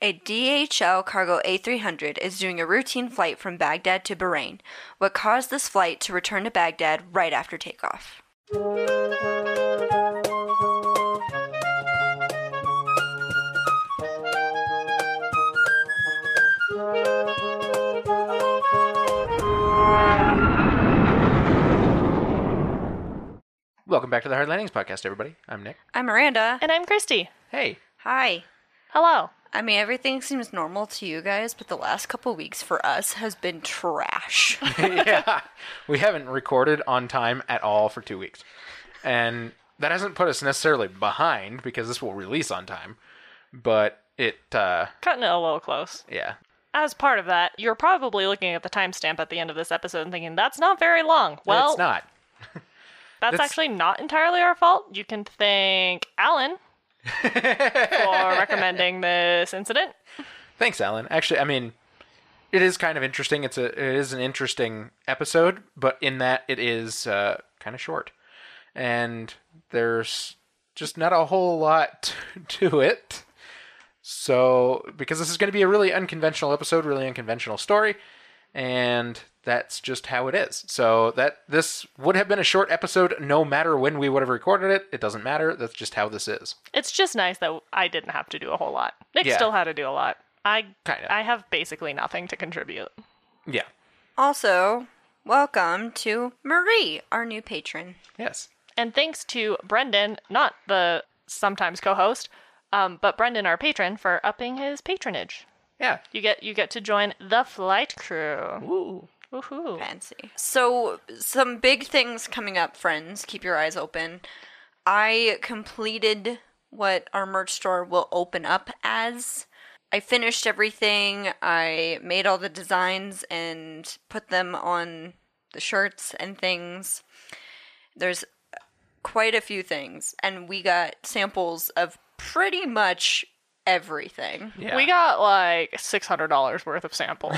A DHL cargo A300 is doing a routine flight from Baghdad to Bahrain, what caused this flight to return to Baghdad right after takeoff. Welcome back to the Hard Landings podcast, everybody. I'm Nick. I'm Miranda. And I'm Christy. Hey, Hi. Hello. I mean, everything seems normal to you guys, but the last couple weeks for us has been trash. yeah, we haven't recorded on time at all for two weeks, and that hasn't put us necessarily behind because this will release on time. But it, uh, Cutting it a little close. yeah, As part of that, you're probably looking at the timestamp at the end of this episode and thinking, that's not very long. Well, it's not. that's, that's- actually not entirely our fault. You can thank Alan for recommending this incident. Thanks, Alan. Actually, I mean, it is kind of interesting. It's a it is an interesting episode, but in that it is uh, kind of short, and there's just not a whole lot to it. So, because this is going to be a really unconventional episode, really unconventional story, and that's just how it is. So that this would have been a short episode, no matter when we would have recorded it. It doesn't matter. That's just how this is. It's just nice that I didn't have to do a whole lot. Nick Yeah. still had to do a lot. I Kinda. I have basically nothing to contribute. Yeah. also, welcome to Marie, our new patron. Yes. And thanks to Brendan, not the sometimes co-host, um, but Brendan, our patron, for upping his patronage. Yeah. You get you get to join the flight crew. Ooh. Woohoo! Fancy. So, some big things coming up, friends. Keep your eyes open. I completed what our merch store will open up as. I finished everything. I made all the designs and put them on the shirts and things. There's quite a few things, and we got samples of pretty much everything. Yeah. We got like six hundred dollars worth of samples.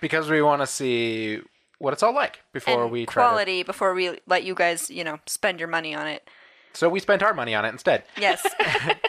because we want to see what it's all like before and we try quality before we let you guys, you know, spend your money on it. to. So we spent our money on it instead, Yes.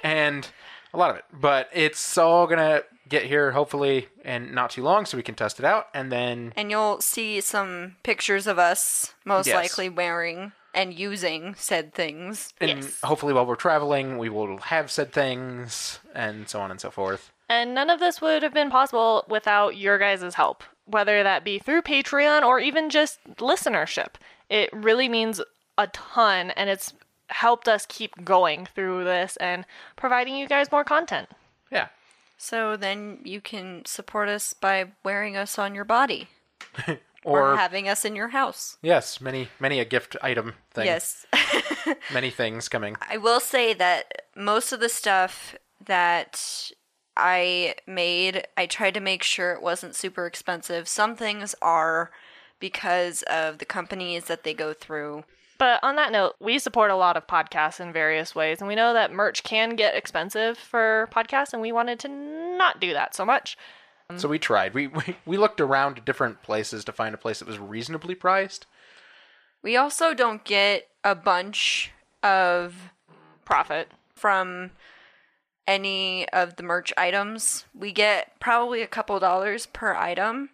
and a lot of it. But it's all gonna get here hopefully and not too long, so we can test it out, and then and you'll see some pictures of us most Yes. likely wearing and using said things. and Yes. hopefully while we're traveling, we will have said things and so on and so forth. and none of this would have been possible without your guys' help, whether that be through Patreon or even just listenership. It really means a ton and it's helped us keep going through this and providing you guys more content. Yeah. So then you can support us by wearing us on your body or, Or having us in your house. yes, many many a gift item thing. Yes. Many things coming. I will say that most of the stuff that I made, I tried to make sure it wasn't super expensive. Some things are because of the companies that they go through. But on that note, we support a lot of podcasts in various ways, and we know that merch can get expensive for podcasts, and we wanted to not do that so much. Um, So we tried. We, we we looked around at different places to find a place that was reasonably priced. We also don't get a bunch of Profit. from any of the merch items. We get probably a couple dollars per item.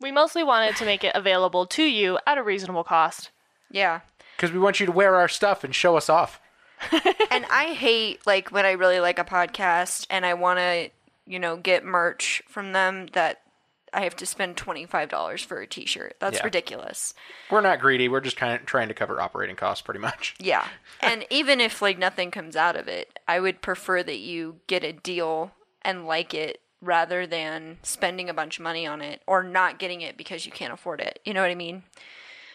We mostly wanted to make it available to you at a reasonable cost. Yeah. Because we want you to wear our stuff and show us off. and I hate like when I really like a podcast and I want to, you know, get merch from them that I have to spend $25 for a t-shirt. That's Yeah. ridiculous. We're not greedy. We're just kind of trying to cover operating costs, pretty much. Yeah. and even if like nothing comes out of it, I would prefer that you get a deal and like it rather than spending a bunch of money on it or not getting it because you can't afford it. You know what I mean?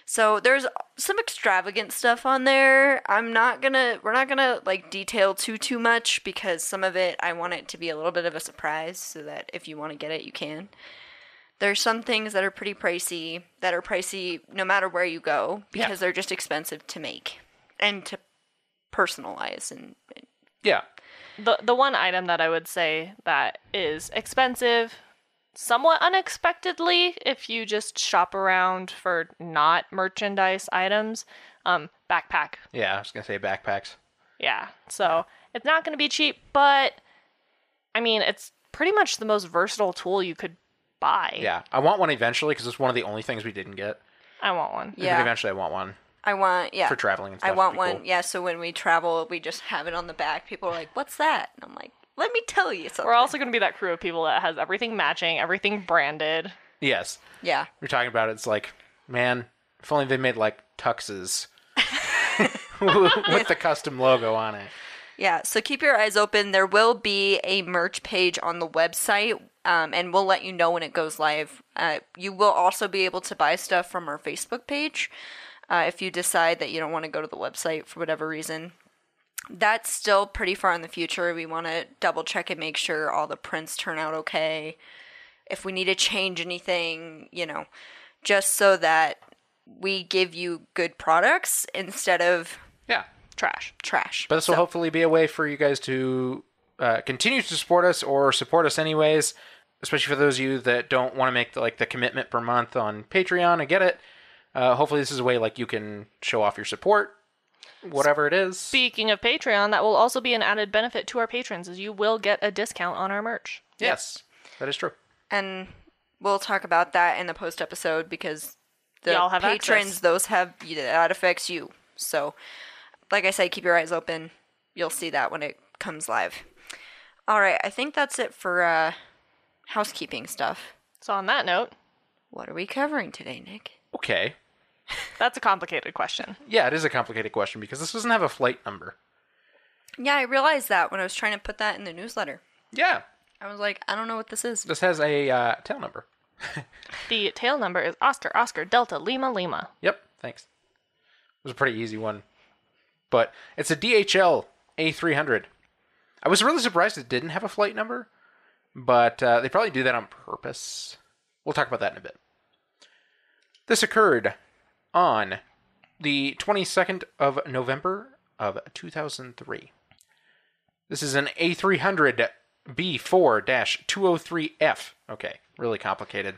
So there's some extravagant stuff on there. I'm not going to we're not going to like detail too too much because some of it I want it to be a little bit of a surprise so that if you want to get it you can. There's some things that are pretty pricey that are pricey no matter where you go Yeah. because they're just expensive to make and to personalize and Yeah, The the one item that I would say that is expensive somewhat unexpectedly if you just shop around for not merchandise items, um backpack. yeah. I was gonna say backpacks. Yeah. So, it's not going to be cheap, but I mean, it's pretty much the most versatile tool you could buy. Yeah, I want one eventually because it's one of the only things we didn't get. I want one. But Yeah. eventually I want one I want yeah. for traveling and stuff. I want It'd be one. cool. Yeah, so when we travel, we just have it on the back. People are like, "What's that?" And I'm like, "Let me tell you something." We're also going to be that crew of people that has everything matching, everything branded. Yes, yeah. we're talking about it, it's like, man, if only they made like tuxes with the custom logo on it. Yeah, so keep your eyes open. There will be a merch page on the website, um, and we'll let you know when it goes live. Uh, you will also be able to buy stuff from our Facebook page uh, if you decide that you don't want to go to the website for whatever reason. That's still pretty far in the future. We want to double check and make sure all the prints turn out okay. If we need to change anything, you know, just so that we give you good products instead of Yeah, Trash. trash. but this will hopefully be a way for you guys to uh, continue to support us or support us anyways. Especially for those of you that don't want to make the, like the commitment per month on Patreon, I get it. Uh, hopefully, this is a way like you can show off your support, whatever it is. Speaking of Patreon, that will also be an added benefit to our patrons is you will get a discount on our merch. yes, that is true. and we'll talk about that in the post episode because the Y'all have patrons access. those have that affects you. So, like I said, keep your eyes open. You'll see that when it comes live. All right, I think that's it for uh, housekeeping stuff. So on that note, What are we covering today, Nick? Okay. that's a complicated question. Yeah, it is a complicated question because this doesn't have a flight number. Yeah, I realized that when I was trying to put that in the newsletter. Yeah, I was like, I don't know what this is. this has a uh, tail number. The tail number is Oscar Oscar Delta Lima Lima. Yep, thanks. It was a pretty easy one. But it's a DHL A300. I was really surprised it didn't have a flight number, but uh, they probably do that on purpose. We'll talk about that in a bit. This occurred on the 22nd of November of 2003. This is an A300 B4 203F. Okay, really complicated.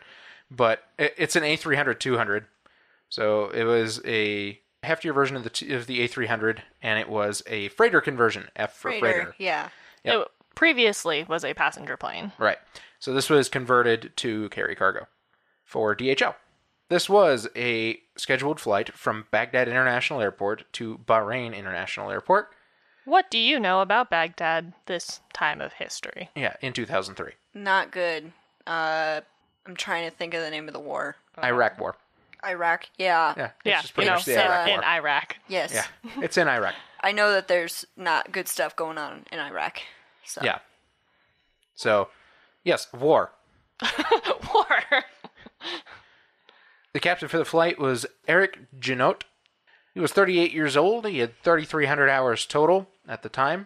But it- it's an A300 200. So it was a heftier version of the t- of the A300, and it was a freighter conversion, F for freighter. Yeah. Yep. It previously was a passenger plane. Right. So this was converted to carry cargo for DHL. This was a scheduled flight from Baghdad International Airport to Bahrain International Airport. What do you know about Baghdad this time of history? Yeah, in 2003. Not good. Uh, I'm trying to think of the name of the war. Iraq War. Iraq. Yeah. Yeah, it's yeah, just you pretty know, much the Iraq in War. Iraq. Yes. Yeah, it's in Iraq. I know that there's not good stuff going on in Iraq. So Yeah. So, yes, war. War. The captain for the flight was Eric Genot. He was 38 years old. He had 3,300 hours total at the time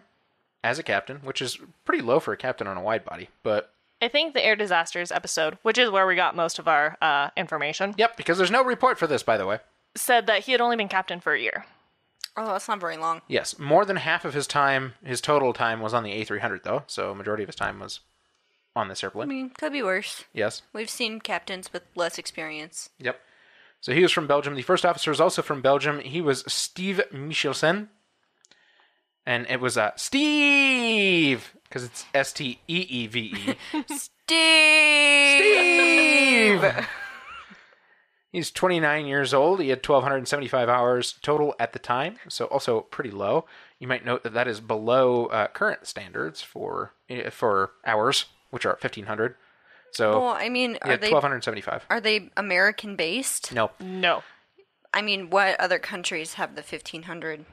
as a captain, which is pretty low for a captain on a wide body. But, I think the air disasters episode, which is where we got most of our uh, information, yep, because there's no report for this, by the way. said that he had only been captain for a year. Oh, that's not very long. Yes, more than half of his time, his total time, was on the A300, though. So, majority of his time was on this I airplane. mean, could be worse. Yes. We've seen captains with less experience. Yep. So he was from Belgium. The first officer was also from Belgium. He was Steve Michelsen. And it was uh, Steve, because it's S T E E V E. Steve. Steve! He's 29 years old. He had 1,275 hours total at the time, so also pretty low. You might note that that is below uh, current standards for eh, for hours, which are 1,500. So Well, I mean, he are had they 1,275. are they American based? No. uh, No. I mean, what other countries have the 1500? Uh,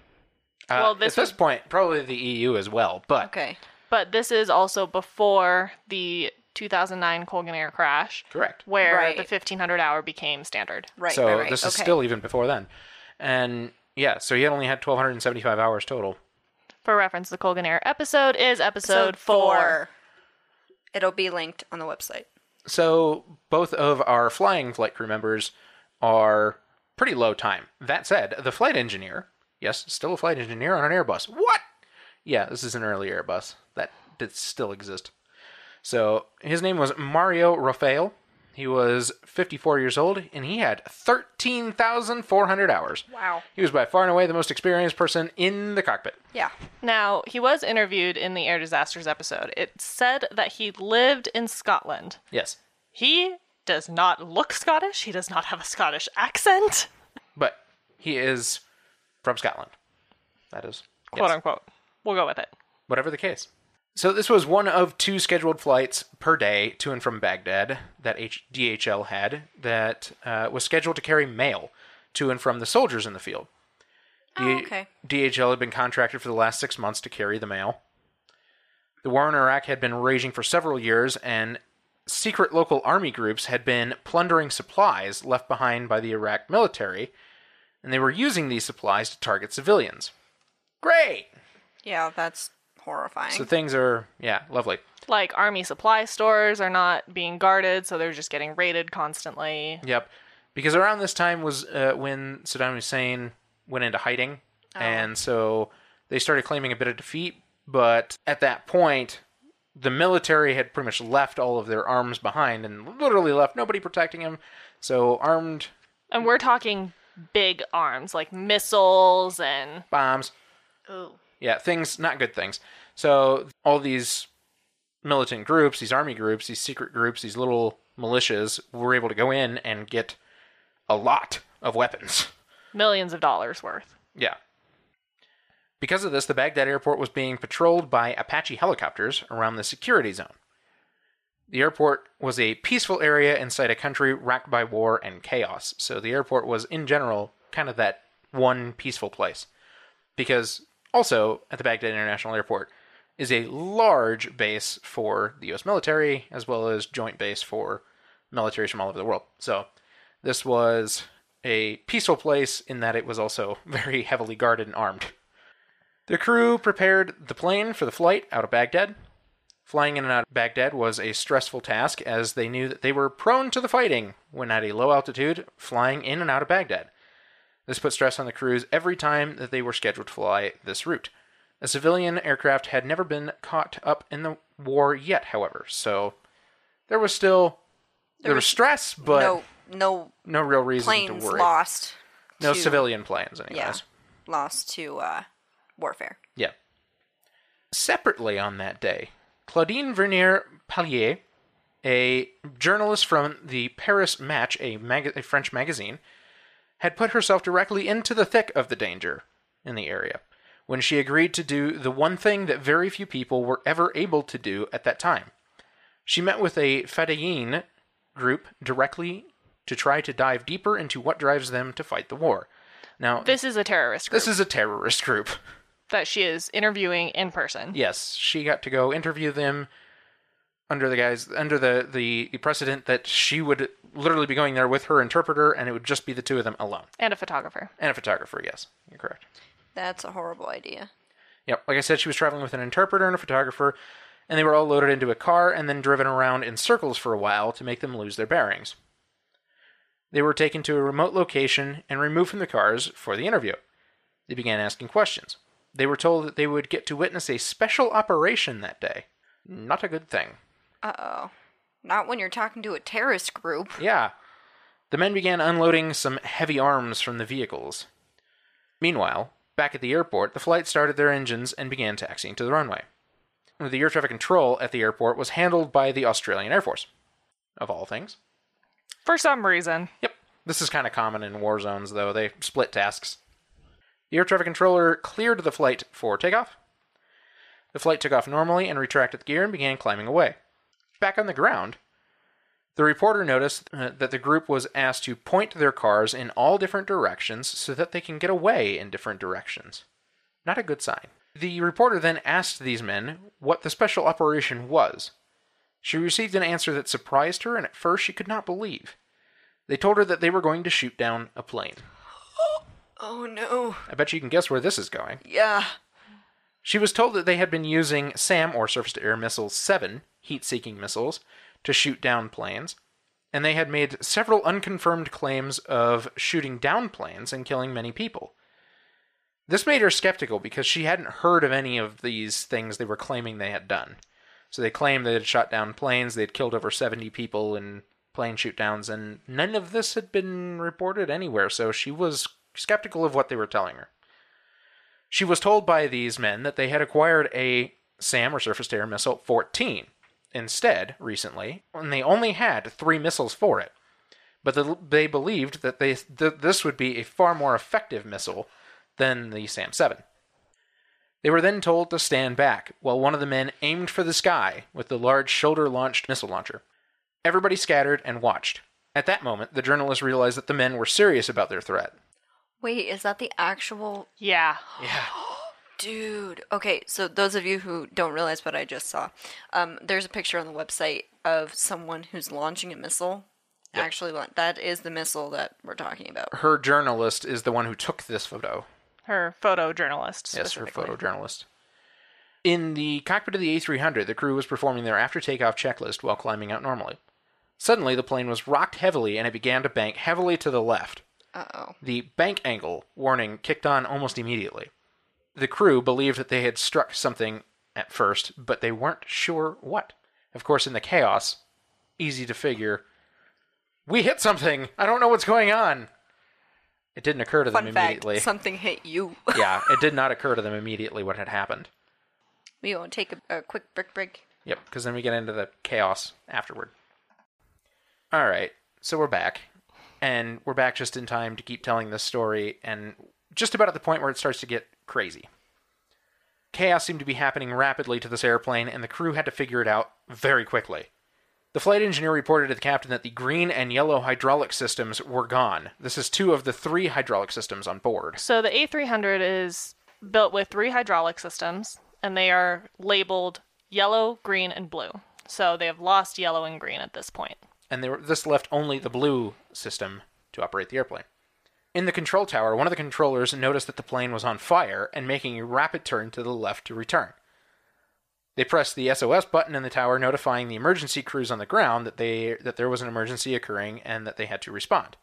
Well, this at this would- point, probably the EU as well, but Okay. But this is also before the 2009 Colgan Air crash, correct. where Right. the 1500 hour became standard. Right, so right, right. this okay. is still even before then. And yeah, so he had only had 1,275 hours total. For reference, the Colgan Air episode is episode, Episode 4 four. It'll be linked on the website. So both of our flying flight crew members are pretty low time. That said, the flight engineer, yes, still a flight engineer on an Airbus. What? Yeah, this is an early Airbus that did still exist. So his name was Mario Rafael. He was 54 years old and he had 13,400 hours. Wow. He was by far and away the most experienced person in the cockpit. Yeah. Now, he was interviewed in the Air Disasters episode. It said that he lived in Scotland. Yes. He does not look Scottish. He does not have a Scottish accent, But he is from Scotland. That is yes. quote unquote. We'll go with it. whatever the case. So this was one of two scheduled flights per day to and from Baghdad that H- DHL had that uh, was scheduled to carry mail to and from the soldiers in the field. Oh, okay. DHL had been contracted for the last six months to carry the mail. The war in Iraq had been raging for several years, and secret local army groups had been plundering supplies left behind by the Iraq military, and they were using these supplies to target civilians. Great! Yeah, that's horrifying. So things are, yeah, lovely. Like army supply stores are not being guarded, so they're just getting raided constantly. Yep. Because around this time was uh, when Saddam Hussein went into hiding. And so they started claiming a bit of defeat. But at that point, the military had pretty much left all of their arms behind and literally left nobody protecting him. So armed And we're talking big arms, like missiles and bombs, Ooh. yeah, things, not good things. So all these militant groups, these army groups, these secret groups, these little militias were able to go in and get a lot of weapons. millions of dollars worth. Yeah. Because of this, the Baghdad airport was being patrolled by Apache helicopters around the security zone. The airport was a peaceful area inside a country racked by war and chaos, so the airport was, in general, kind of that one peaceful place. Because also at the Baghdad International Airport is a large base for the US military, as well as joint base for militaries from all over the world. So this was a peaceful place in that it was also very heavily guarded and armed. The crew prepared the plane for the flight out of Baghdad. Flying in and out of Baghdad was a stressful task as they knew that they were prone to the fighting when at a low altitude flying in and out of Baghdad. This put stress on the crews every time that they were scheduled to fly this route. A civilian aircraft had never been caught up in the war yet, however, so there was still there, was, stress, but no, no no real reason planes to worry. lost. no to- civilian planes, anyways. Yeah. Lost to uh, warfare. Yeah. Separately on that day, Claudine Vernier Pallier, a journalist from the Paris Match, a, mag- a French magazine, had put herself directly into the thick of the danger in the area when she agreed to do the one thing that very few people were ever able to do at that time. She met with a Fedayeen group directly to try to dive deeper into what drives them to fight the war. Now, This is a terrorist group this is a terrorist group. that she is interviewing in person. Yes, she got to go interview them under the guys under the, the the precedent that she would literally be going there with her interpreter, and it would just be the two of them alone And a photographer. and a photographer. Yes, you're correct. That's a horrible idea. Yep, like I said, she was traveling with an interpreter and a photographer, and they were all loaded into a car and then driven around in circles for a while to make them lose their bearings. They were taken to a remote location and removed from the cars for the interview. They began asking questions. They were told that they would get to witness a special operation that day. Not a good thing. Uh oh. Not when you're talking to a terrorist group. Yeah. The men began unloading some heavy arms from the vehicles. Meanwhile, back at the airport, the flight started their engines and began taxiing to the runway. The air traffic control at the airport was handled by the Australian Air Force. Of all things. For some reason. Yep. This is kind of common in war zones, though. They split tasks. The air traffic controller cleared the flight for takeoff. The flight took off normally and retracted the gear and began climbing away. Back on the ground, the reporter noticed uh, that the group was asked to point their cars in all different directions so that they can get away in different directions. Not a good sign. The reporter then asked these men what the special operation was. She received an answer that surprised her, and at first she could not believe. They told her that they were going to shoot down a plane. Oh no. I bet you can guess where this is going. Yeah. She was told that they had been using SAM or surface to air missiles 7 heat seeking missiles to shoot down planes, and they had made several unconfirmed claims of shooting down planes and killing many people. This made her skeptical because she hadn't heard of any of these things they were claiming they had done. So they claimed they had shot down planes, they had killed over 70 people, and plane shoot downs, and none of this had been reported anywhere, so she was skeptical of what they were telling her. She was told by these men that they had acquired a SAM or surface to air missile 14 instead recently, and they only had three missiles for it. But the, they believed that they, th- this would be a far more effective missile than the SAM 7. They were then told to stand back while one of the men aimed for the sky with the large shoulder launched missile launcher. Everybody scattered and watched. At that moment, the journalist realized that the men were serious about their threat. Wait, is that the actual Yeah. Yeah. dude? Okay, so those of you who don't realize what I just saw, um, there's a picture on the website of someone who's launching a missile. Actually, la- that is the missile that we're talking about. Her journalist is the one who took this photo. Her photojournalist. Yes, her specifically. photojournalist. In the cockpit of the A300, the crew was performing their after takeoff checklist while climbing out normally. Suddenly, the plane was rocked heavily and it began to bank heavily to the left. Uh oh. The bank angle warning kicked on almost immediately. The crew believed that they had struck something at first, but they weren't sure what. Of course, in the chaos, easy to figure, we hit something. I don't know what's going on. It didn't occur to Fun them fact: immediately. something hit you. yeah, it did not occur to them immediately what had happened. we gonna take a, a quick brick break. Yep, because then we get into the chaos afterward. All right, so we're back, and we're back just in time to keep telling this story, and just about at the point where it starts to get crazy. Chaos seemed to be happening rapidly to this airplane, and the crew had to figure it out very quickly. The flight engineer reported to the captain that the green and yellow hydraulic systems were gone. This is two of the three hydraulic systems on board. So the A300 is built with three hydraulic systems, and they are labeled yellow, green, and blue. So they have lost yellow and green at this point. and they were, this left only the blue system to operate the airplane. In the control tower, one of the controllers noticed that the plane was on fire and making a rapid turn to the left to return. They pressed the SOS button in the tower, notifying the emergency crews on the ground that they that there was an emergency occurring and that they had to respond.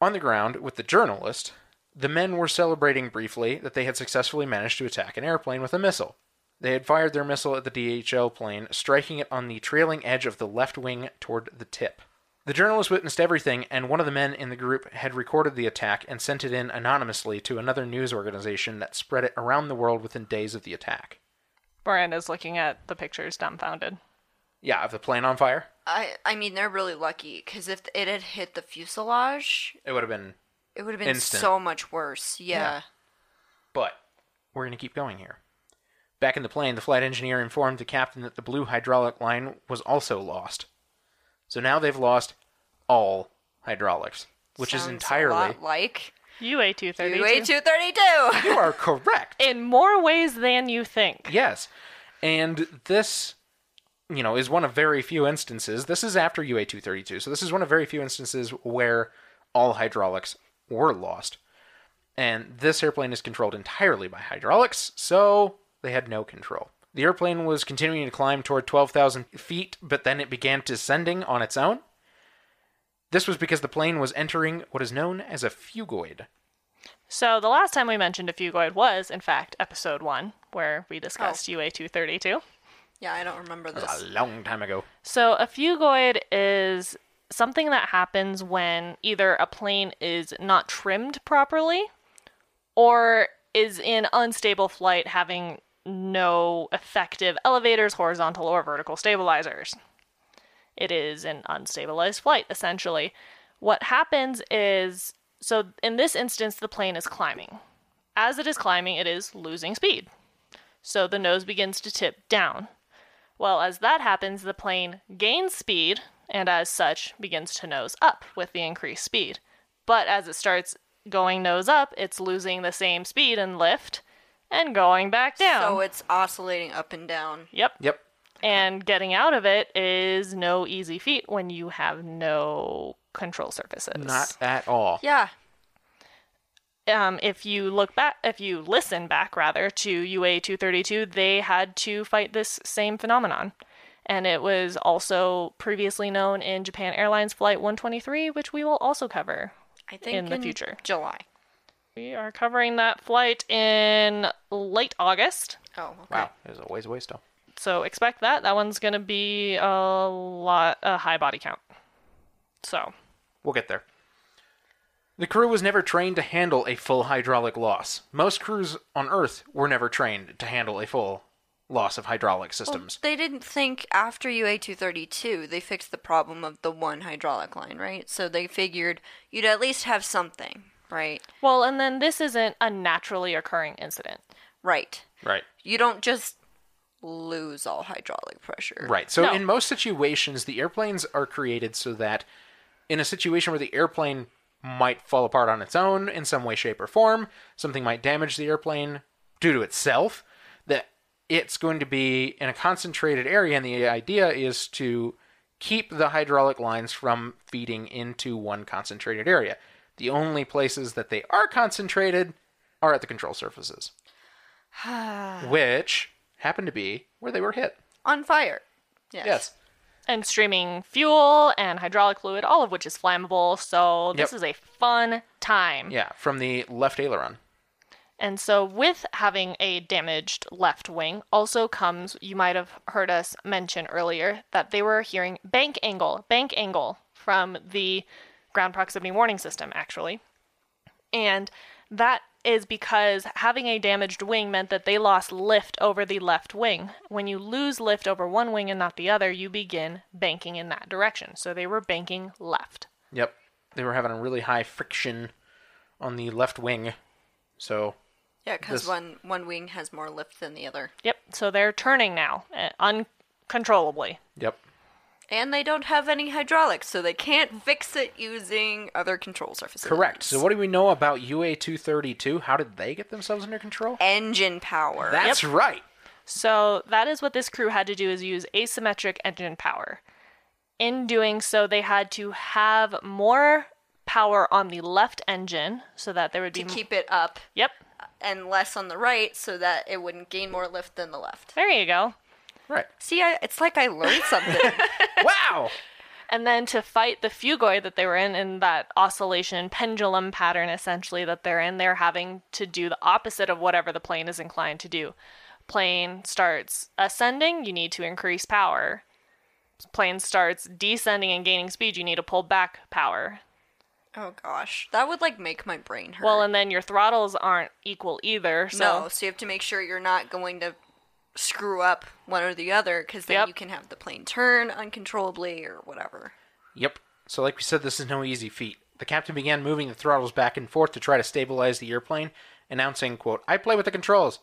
On the ground with the journalist, the men were celebrating briefly that they had successfully managed to attack an airplane with a missile. They had fired their missile at the DHL plane, striking it on the trailing edge of the left wing toward the tip. The journalist witnessed everything, and one of the men in the group had recorded the attack and sent it in anonymously to another news organization that spread it around the world within days of the attack. Miranda's looking at the pictures dumbfounded. Yeah, of the plane on fire, I I mean they're really lucky because if it had hit the fuselage, it would have been. it would have been Instant. so much worse. Yeah. But we're going to keep going here. Back in the plane, the flight engineer informed the captain that the blue hydraulic line was also lost. So now they've lost all hydraulics, which is Sounds entirely. a lot like UA232. UA two thirty two. You are correct. In more ways than you think. Yes. And this, you know, is one of very few instances. This is after UA 232. So this is one of very few instances where all hydraulics were lost. And this airplane is controlled entirely by hydraulics, so they had no control. The airplane was continuing to climb toward 12,000 feet, but then it began descending on its own. This was because the plane was entering what is known as a fugoid. So the last time we mentioned a fugoid was, in fact, episode one, where we discussed UA232. Yeah, I don't remember That was this. a long time ago. So a fugoid is something that happens when either a plane is not trimmed properly or is in unstable flight having no effective elevators, horizontal or vertical stabilizers. It is an unstabilized flight essentially. What happens is so in this instance the plane is climbing. As it is climbing, it is losing speed. So the nose begins to tip down. Well, as that happens, the plane gains speed and, as such, begins to nose up with the increased speed. But as it starts going nose up, it's losing the same speed and lift and going back down. So it's oscillating up and down. yep. Yep. And getting out of it is no easy feat when you have no control surfaces. Not at all. Yeah. um, if you look back, if you listen back rather to UA 232, they had to fight this same phenomenon. And it was also previously known in Japan Airlines Flight 123, which we will also cover. I think In the future. July. We are covering that flight in late August. Oh, okay. Wow. It was a ways away still. So expect that. That one's going to be a lot, a high body count. So We'll get there. The crew was never trained to handle a full hydraulic loss. Most crews on Earth were never trained to handle a full loss of hydraulic systems. They didn't think after UA 232 they fixed the problem of the one hydraulic line, right? So they figured you'd at least have something, right? well, and then this isn't a naturally occurring incident. Right. right. You don't just lose all hydraulic pressure. Right. So No. in most situations, the airplanes are created so that in a situation where the airplane might fall apart on its own in some way, shape, or form, something might damage the airplane due to itself, that it's going to be in a concentrated area. And the idea is to keep the hydraulic lines from feeding into one concentrated area. The only places that they are concentrated are at the control surfaces, which happen to be where they were hit. On fire. Yes. Yes. And streaming fuel and hydraulic fluid, all of which is flammable. So this Yep. is a fun time. Yeah, from the left aileron. And so, with having a damaged left wing, also comes, you might have heard us mention earlier, that they were hearing bank angle, bank angle from the ground proximity warning system, actually. And that is because having a damaged wing meant that they lost lift over the left wing. When you lose lift over one wing and not the other, you begin banking in that direction. So, they were banking left. Yep. They were having a really high friction on the left wing. So, Yeah, because This- one, one wing has more lift than the other. Yep. So, they're turning now uh, uncontrollably. yep. And they don't have any hydraulics, so they can't fix it using other control surfaces. Correct. So, what do we know about UA 232? How did they get themselves under control? Engine power. That's right. So that is what this crew had to do is use asymmetric engine power. In doing so, they had to have more power on the left engine so that there would be to keep it up Yep. and less on the right so that it wouldn't gain more lift than the left. There you go. Right. See, I, it's like I learned something. wow. And then to fight the fugoi that they were in in that oscillation pendulum pattern essentially that they're in, they're having to do the opposite of whatever the plane is inclined to do. Plane starts ascending, you need to increase power. Plane starts descending and gaining speed, you need to pull back power. oh gosh, that would like make my brain hurt. Well, and then your throttles aren't equal either. So no, so you have to make sure you're not going to screw up one or the other because then Yep. you can have the plane turn uncontrollably or whatever. Yep. So, like we said, this is no easy feat. The captain began moving the throttles back and forth to try to stabilize the airplane, announcing, quote, I play with the controls.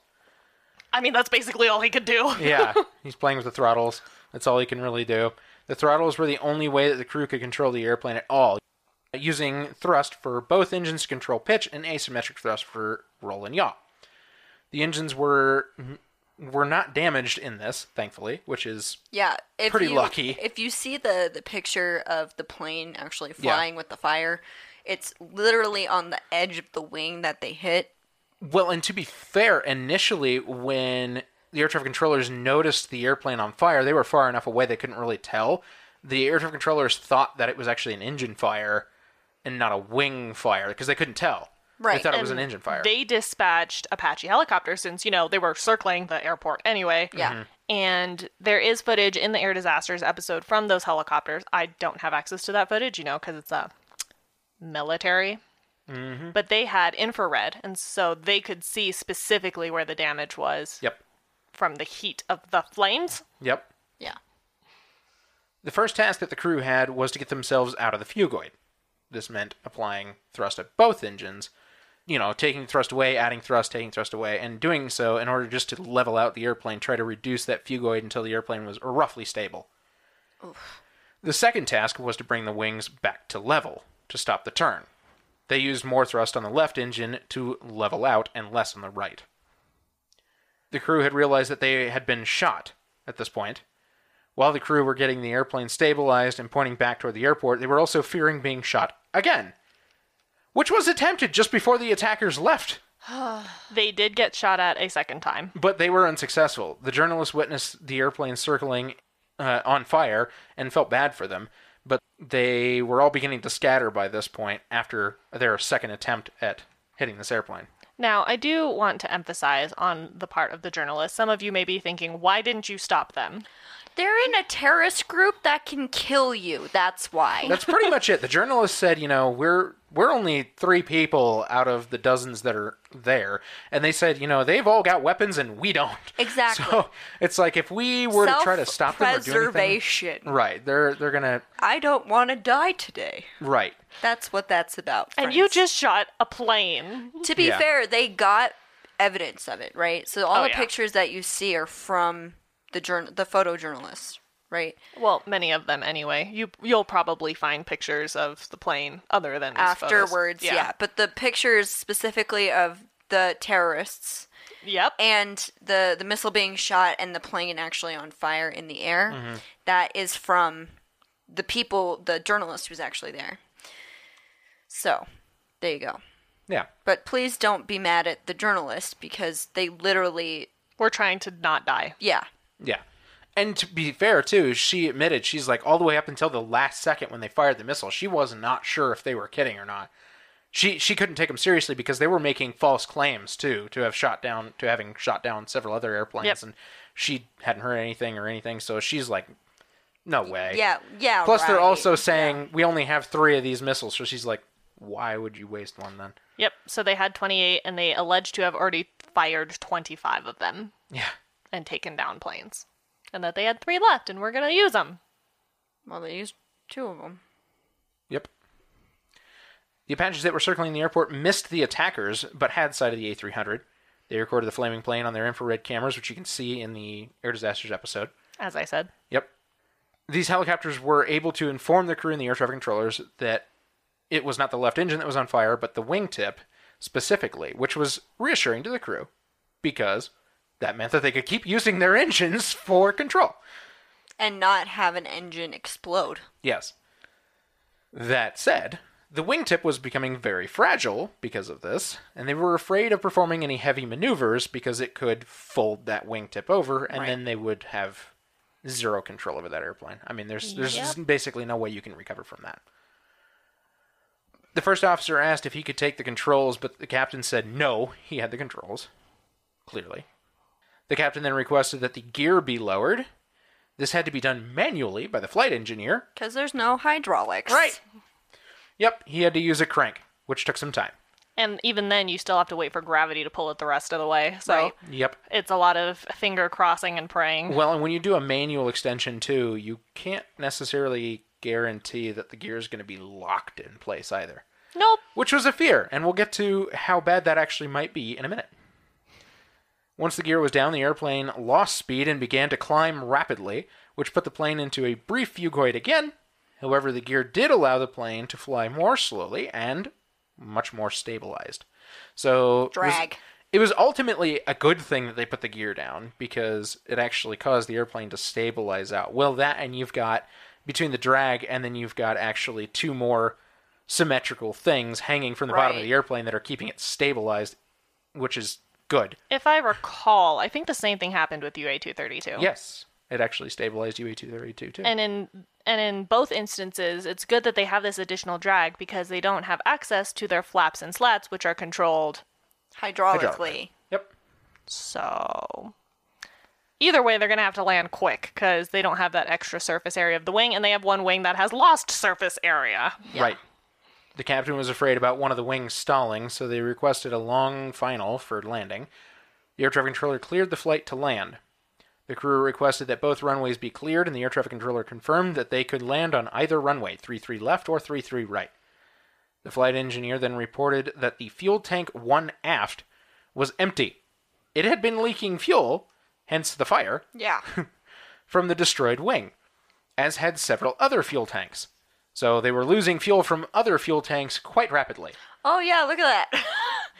I mean, that's basically all he could do. yeah, he's playing with the throttles. That's all he can really do. The throttles were the only way that the crew could control the airplane at all, using thrust for both engines to control pitch and asymmetric thrust for roll and yaw. The engines were were not damaged in this, thankfully, which is Yeah, if Pretty you, lucky. If you see the the picture of the plane actually Yeah. flying with the fire, it's literally on the edge of the wing that they hit. Well, and to be fair, initially when the air traffic controllers noticed the airplane on fire, they were far enough away they couldn't really tell. The air traffic controllers thought that it was actually an engine fire and not a wing fire because they couldn't tell. Right, They thought it was an engine fire. They dispatched Apache helicopters since, you know, they were circling the airport anyway. Yeah. Mm-hmm. And there is footage in the Air Disasters episode from those helicopters. I don't have access to that footage, you know, because it's uh, military. But they had infrared, and so they could see specifically where the damage was Yep. from the heat of the flames. Yep. Yeah. The first task that the crew had was to get themselves out of the fugoid. This meant applying thrust at both engines, you know, taking thrust away, adding thrust, taking thrust away, and doing so in order just to level out the airplane, try to reduce that fugoid until the airplane was roughly stable. The second task was to bring the wings back to level to stop the turn. They used more thrust on the left engine to level out and less on the right. The crew had realized that they had been shot at this point, while the crew were getting the airplane stabilized and pointing back toward the airport, they were also fearing being shot again, which was attempted just before the attackers left, They did get shot at a second time. but they were unsuccessful. The journalists witnessed the airplane circling uh, on fire and felt bad for them, but they were all beginning to scatter by this point after their second attempt at hitting this airplane. Now, I do want to emphasize on the part of the journalist, some of you may be thinking, why didn't you stop them? They're in a terrorist group that can kill you. That's why. That's pretty much it. The journalist said, you know, we're we're only three people out of the dozens that are there, and they said, you know, they've all got weapons and we don't. Exactly. So it's like if we were to try to stop them or do anything, Self-preservation. right? They're they're gonna I don't want to die today. right. That's what that's about. And you friends. just shot a plane. to be Yeah. fair, they got evidence of it, right? So all Oh, the yeah. pictures that you see are from the journal, the photojournalist, right? Well, many of them anyway. You you'll probably find pictures of the plane other than these photos. Afterwards, yeah. But the pictures specifically of the terrorists Yep. and the the missile being shot and the plane actually on fire in the air, Mm-hmm. that is from the people, the journalist who's actually there. So, there you go. Yeah. But please don't be mad at the journalist because they literally, We're trying to not die. yeah, Yeah. And to be fair, too, she admitted she's like all the way up until the last second when they fired the missile, she was not sure if they were kidding or not. She she couldn't take them seriously because they were making false claims too to have shot down to having shot down several other airplanes, Yep. and she hadn't heard anything or anything. So she's like, no way. yeah, yeah. Plus, they're right. also saying we only have three of these missiles, so she's like, why would you waste one then? Yep. So they had 28 and they alleged to have already fired 25 of them Yeah. and taken down planes. And that they had 3 left and we're going to use them. Well, they used two of them. Yep. The Apaches that were circling the airport missed the attackers, but had sight of the A300. They recorded the flaming plane on their infrared cameras, which you can see in the air disasters episode. As I said. Yep. These helicopters were able to inform the crew and the air traffic controllers that it was not the left engine that was on fire, but the wingtip specifically, which was reassuring to the crew because that meant that they could keep using their engines for control. And not have an engine explode. Yes. That said, the wingtip was becoming very fragile because of this, and they were afraid of performing any heavy maneuvers because it could fold that wingtip over, and then they would have zero control over that airplane. I mean, there's there's Yep. basically no way you can recover from that. The first officer asked if he could take the controls, but the captain said no, he had the controls. Clearly. The captain then requested that the gear be lowered. This had to be done manually by the flight engineer, Because there's no hydraulics. Right. Yep, he had to use a crank, which took some time. And even then you still have to wait for gravity to pull it the rest of the way. So Right. Yep. it's a lot of finger crossing and praying. Well, and when you do a manual extension too, you can't necessarily guarantee that the gear is going to be locked in place either, Nope. which was a fear, and we'll get to how bad that actually might be in a minute. Once the gear was down, the airplane lost speed and began to climb rapidly, which put the plane into a brief fugoid again. However, the gear did allow the plane to fly more slowly and much more stabilized. So it was- Drag. It was ultimately a good thing that they put the gear down because it actually caused the airplane to stabilize out. Well, that and you've got between the drag and then you've got actually two more symmetrical things hanging from the bottom of Right. the airplane that are keeping it stabilized, which is good. If I recall, I think the same thing happened with UA232. Yes, it actually stabilized UA two thirty two too. Oh. and in and in both instances it's good that they have this additional drag because they don't have access to their flaps and slats which are controlled Hydraulically. Hydraulic. Yep. so either way they're going to have to land quick because they don't have that extra surface area of the wing and they have one wing that has lost surface area Right. The captain was afraid about one of the wings stalling, so they requested a long final for landing. The air traffic controller cleared the flight to land. The crew requested that both runways be cleared, and the air traffic controller confirmed that they could land on either runway, 33 left or 33 right. The flight engineer then reported that the fuel tank one aft was empty. It had been leaking fuel, hence the fire, Yeah. from the destroyed wing, as had several other fuel tanks. So they were losing fuel from other fuel tanks quite rapidly. oh, yeah, look at that.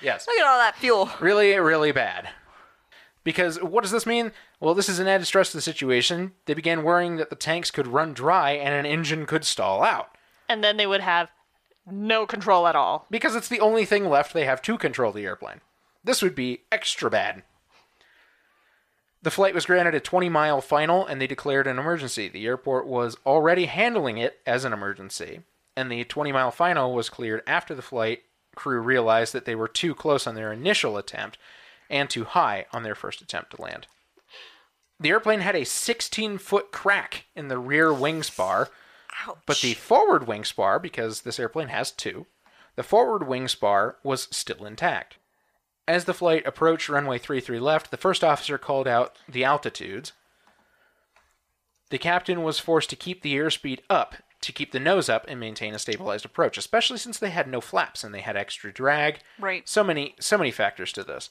Yes. look at all that fuel. Really, really bad. Because what does this mean? Well, this is an added stress to the situation. They began worrying that the tanks could run dry and an engine could stall out. and then they would have no control at all because it's the only thing left they have to control the airplane. This would be extra bad. The flight was granted a 20 mile final and they declared an emergency. The airport was already handling it as an emergency, and the 20 mile final was cleared after the flight crew realized that they were too close on their initial attempt and too high on their first attempt to land. The airplane had a 16 foot crack in the rear wing spar, Ouch. but the forward wing spar, because this airplane has two, the forward wing spar was still intact. As the flight approached runway 33 left, the first officer called out the altitudes. The captain was forced to keep the airspeed up to keep the nose up and maintain a stabilized approach, especially since they had no flaps and they had extra drag. Right. So many so many factors to this.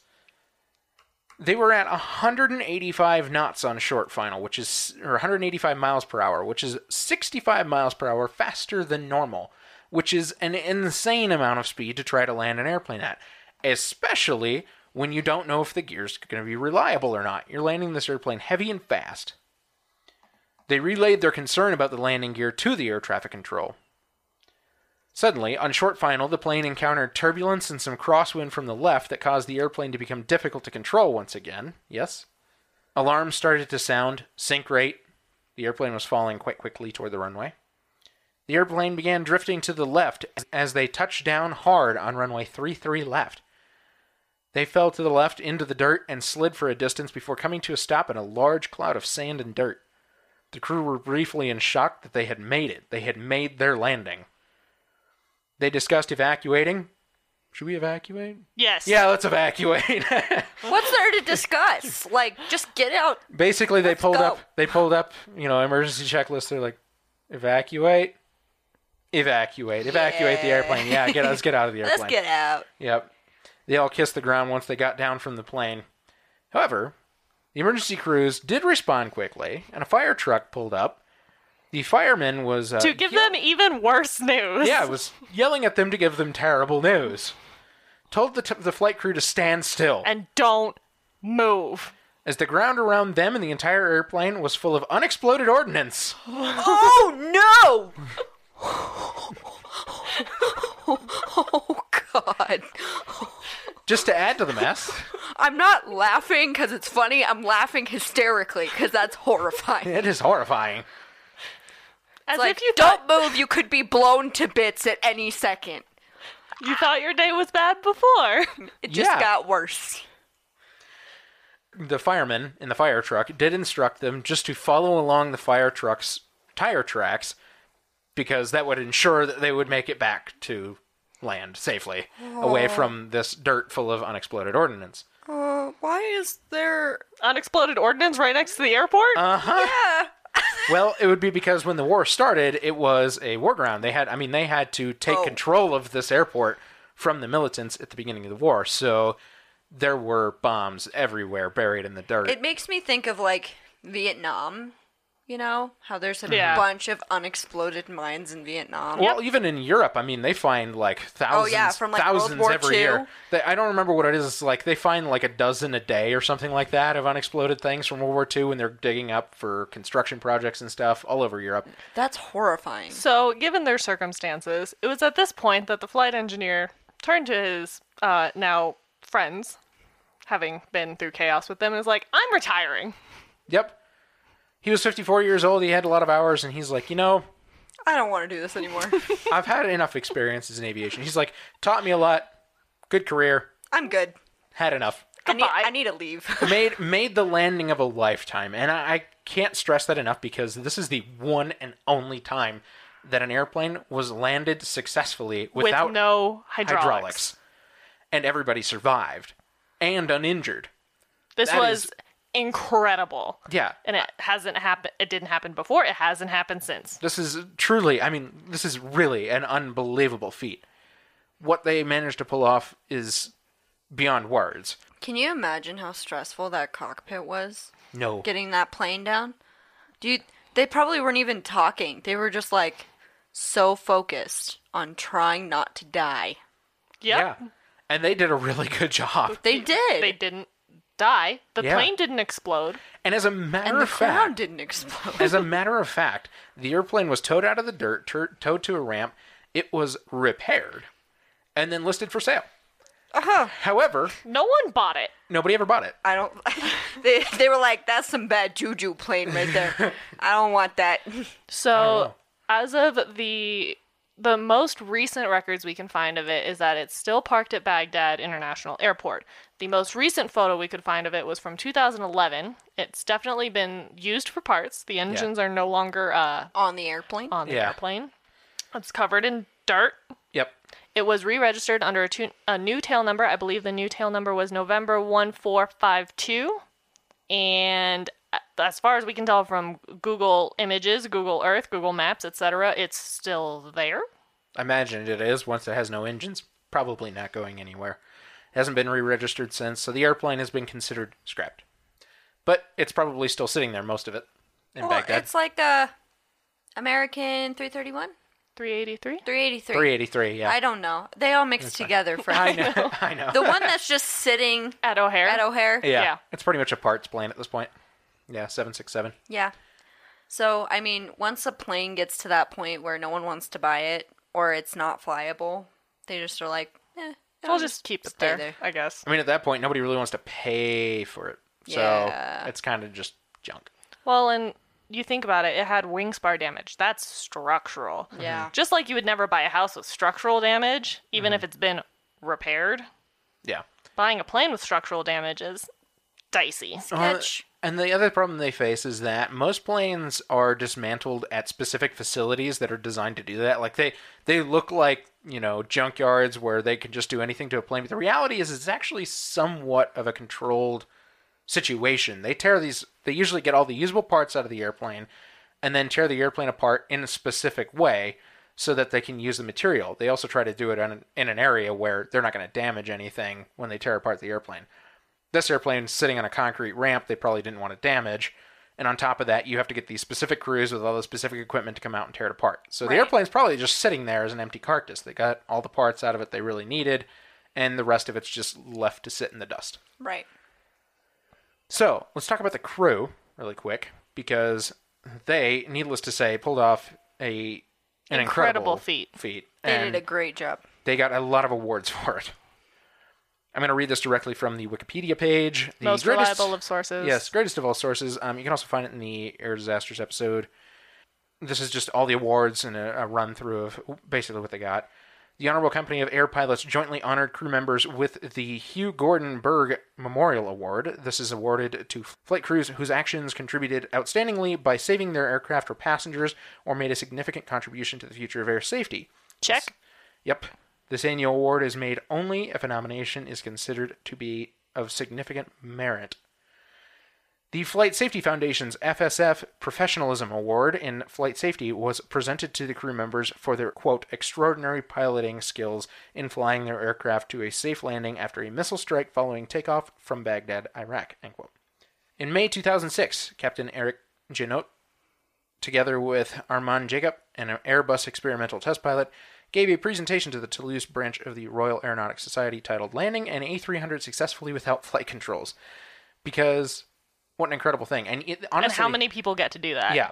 They were at 185 knots on short final, which is or 185 miles per hour, which is 65 miles per hour faster than normal, which is an insane amount of speed to try to land an airplane at, especially when you don't know if the gear's going to be reliable or not. You're landing this airplane heavy and fast. They relayed their concern about the landing gear to the air traffic control. Suddenly, on short final, the plane encountered turbulence and some crosswind from the left that caused the airplane to become difficult to control once again. Yes? Alarms started to sound, sink rate. The airplane was falling quite quickly toward the runway. The airplane began drifting to the left as they touched down hard on runway 33 left. They fell to the left into the dirt and slid for a distance before coming to a stop in a large cloud of sand and dirt. The crew were briefly in shock that they had made it. They had made their landing. They discussed evacuating. Should we evacuate? Yes. Yeah, let's evacuate. What's there to discuss? like, just get out. Basically, they pulled go. up. They pulled up. You know, emergency checklist. They're like, evacuate, evacuate, evacuate the Yeah. airplane. Yeah, get let's get out of the airplane. Let's get out. Yep. They all kissed the ground once they got down from the plane. However, the emergency crews did respond quickly, and a fire truck pulled up. The fireman was uh, To give yell- them even worse news. yeah, was yelling at them to give them terrible news. Told the t- the flight crew to stand still And don't move. as the ground around them and the entire airplane was full of unexploded ordnance. Oh no! oh god. Just to add to the mess, I'm not laughing because it's funny. I'm laughing hysterically because that's horrifying. It's it is horrifying. As like, if you don't thought move, you could be blown to bits at any second. you thought your day was bad before. It just Yeah. got worse. the firemen in the fire truck did instruct them just to follow along the fire truck's tire tracks because that would ensure that they would make it back to land safely away from this dirt full of unexploded ordnance. Uh, why is there? Unexploded ordnance right next to the airport. Uh. Well, it would be because when the war started, it was a war ground. They had I mean they had to take Oh. control of this airport from the militants at the beginning of the war. So there were bombs everywhere buried in the dirt. It makes me think of like Vietnam. You know how there's a Yeah. bunch of unexploded mines in Vietnam. Well, even in Europe, I mean, they find like thousands, Oh, yeah, from, like, World thousands War every II. year. They, I don't remember what it is. It's like they find like a dozen a day or something like that of unexploded things from World War II when they're digging up for construction projects and stuff all over Europe. That's horrifying. So, given their circumstances, it was at this point that the flight engineer turned to his uh, now friends, having been through chaos with them, and was like, I'm retiring. Yep. He was 54 years old. He had a lot of hours, and he's like, you know, I don't want to do this anymore. I've had enough experiences in aviation. He's like, taught me a lot. Good career. I'm good. Had enough. I need, Goodbye. I need to leave. made made the landing of a lifetime, and I, I can't stress that enough because this is the one and only time that an airplane was landed successfully without with no hydraulics. hydraulics, and everybody survived and uninjured. This That was is- incredible. Yeah, And it hasn't happened. It didn't happen before. It hasn't happened since. this is truly. I mean, this is really an unbelievable feat. What they managed to pull off is beyond words. Can you imagine how stressful that cockpit was? No, getting that plane down? Do you, they probably weren't even talking. They were just like so focused on trying not to die. Yep. yeah, and they did a really good job. They did. They didn't die. The Yeah. plane didn't explode. And as a matter and the of fact, crown didn't explode. As a matter of fact, the airplane was towed out of the dirt, tur- towed to a ramp. It was repaired and then listed for sale. Uh-huh. However, No one bought it. nobody ever bought it. I don't they they were like that's some bad juju plane right there. I don't want that. So, as of the the most recent records we can find of it is that it's still parked at Baghdad International Airport. The most recent photo we could find of it was from 2011. It's definitely been used for parts. The engines are no longer uh, on the airplane. on the Yeah. airplane. It's covered in dirt. Yep. It was re-registered under a, tu- a new tail number. I believe the new tail number was November 1452. And uh, as far as we can tell from Google Images, Google Earth, Google Maps, etc., it's still there. I imagine it is once it has no engines. Probably not going anywhere. It hasn't been re registered since, so the airplane has been considered scrapped. But it's probably still sitting there, most of it, in well, Baghdad. it's like the American 331, 383? 383. 383, yeah. I don't know. They all mix together for I know. I know. the one that's just sitting At O'Hare. at O'Hare. yeah. yeah. It's pretty much a parts plane at this point. Yeah, 767. Yeah. So, I mean, once a plane gets to that point where no one wants to buy it or it's not flyable, they just are like, eh, we'll just keep it stay there, there. I guess. I mean, at that point, nobody really wants to pay for it. So Yeah. it's kind of just junk. Well, and you think about it, it had wing spar damage. That's structural. Yeah. Just like you would never buy a house with structural damage, even if it's been repaired. Yeah. buying a plane with structural damage is dicey. Well, sketch. and the other problem they face is that most planes are dismantled at specific facilities that are designed to do that. Like they they look like you know junkyards where they can just do anything to a plane. But the reality is, it's actually somewhat of a controlled situation. They tear these. They usually get all the usable parts out of the airplane, and then tear the airplane apart in a specific way so that they can use the material. They also try to do it on an, in an area where they're not going to damage anything when they tear apart the airplane this airplane's sitting on a concrete ramp they probably didn't want to damage. And on top of that, you have to get these specific crews with all the specific equipment to come out and tear it apart. So the airplane's probably just sitting there as an empty carcass. They got all the parts out of it they really needed, and the rest of it's just left to sit in the dust. Right. So let's talk about the crew really quick because they, needless to say, pulled off a an incredible, Incredible feat. Feat. They and did a great job. they got a lot of awards for it. I'm going to read this directly from the Wikipedia page. The Most greatest- reliable of sources. Yes, greatest of all sources. Um, you can also find it in the Air Disasters episode. This is just all the awards and a, a run through of basically what they got. The Honorable Company of Air Pilots jointly honored crew members with the Hugh Gordon Berg Memorial Award. This is awarded to flight crews whose actions contributed outstandingly by saving their aircraft or passengers or made a significant contribution to the future of air safety. Check. Yep. This annual award is made only if a nomination is considered to be of significant merit. The Flight Safety Foundation's FSF Professionalism Award in Flight Safety was presented to the crew members for their, quote, extraordinary piloting skills in flying their aircraft to a safe landing after a missile strike following takeoff from Baghdad, Iraq, end quote. In May 2006, Captain Eric Genot together with Armand Jacob, an Airbus experimental test pilot, gave a presentation to the Toulouse branch of the Royal Aeronautics Society titled Landing an A300 Successfully Without Flight Controls. Because what an incredible thing. And it, honestly, and how many people get to do that? yeah.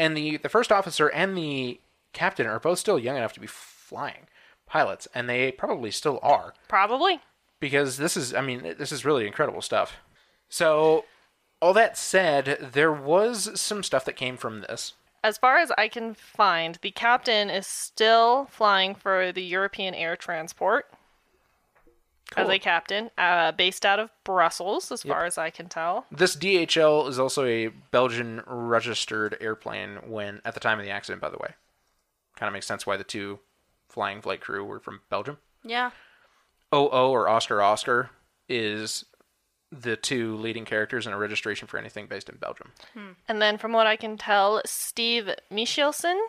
And the, the first officer and the captain are both still young enough to be flying pilots, and they probably still are Probably. because this is i mean this is really incredible stuff so all that said there was some stuff that came from this As far as I can find, the captain is still flying for the European Air Transport as Cool. a captain, uh, based out of Brussels, as far as I can tell. this dhl is also a belgian registered airplane when at the time of the accident by the way kind of makes sense why the two flying flight crew were from belgium Yeah. oo or oscar oscar is the two leading characters in a registration for anything based in belgium And then, from what I can tell, Steve Michelson,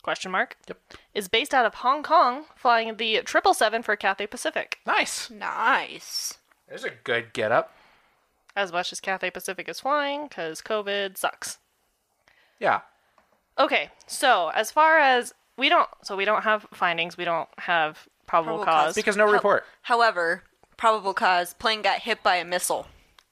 question mark, yep is based out of Hong Kong, flying the 777 for Cathay Pacific. nice Nice. there's a good get up as much as Cathay Pacific is flying because COVID sucks. yeah Okay, so as far as we don't, so we don't have findings, we don't have probable, Probable cause. cause. because no report However, probable cause plane got hit by a missile.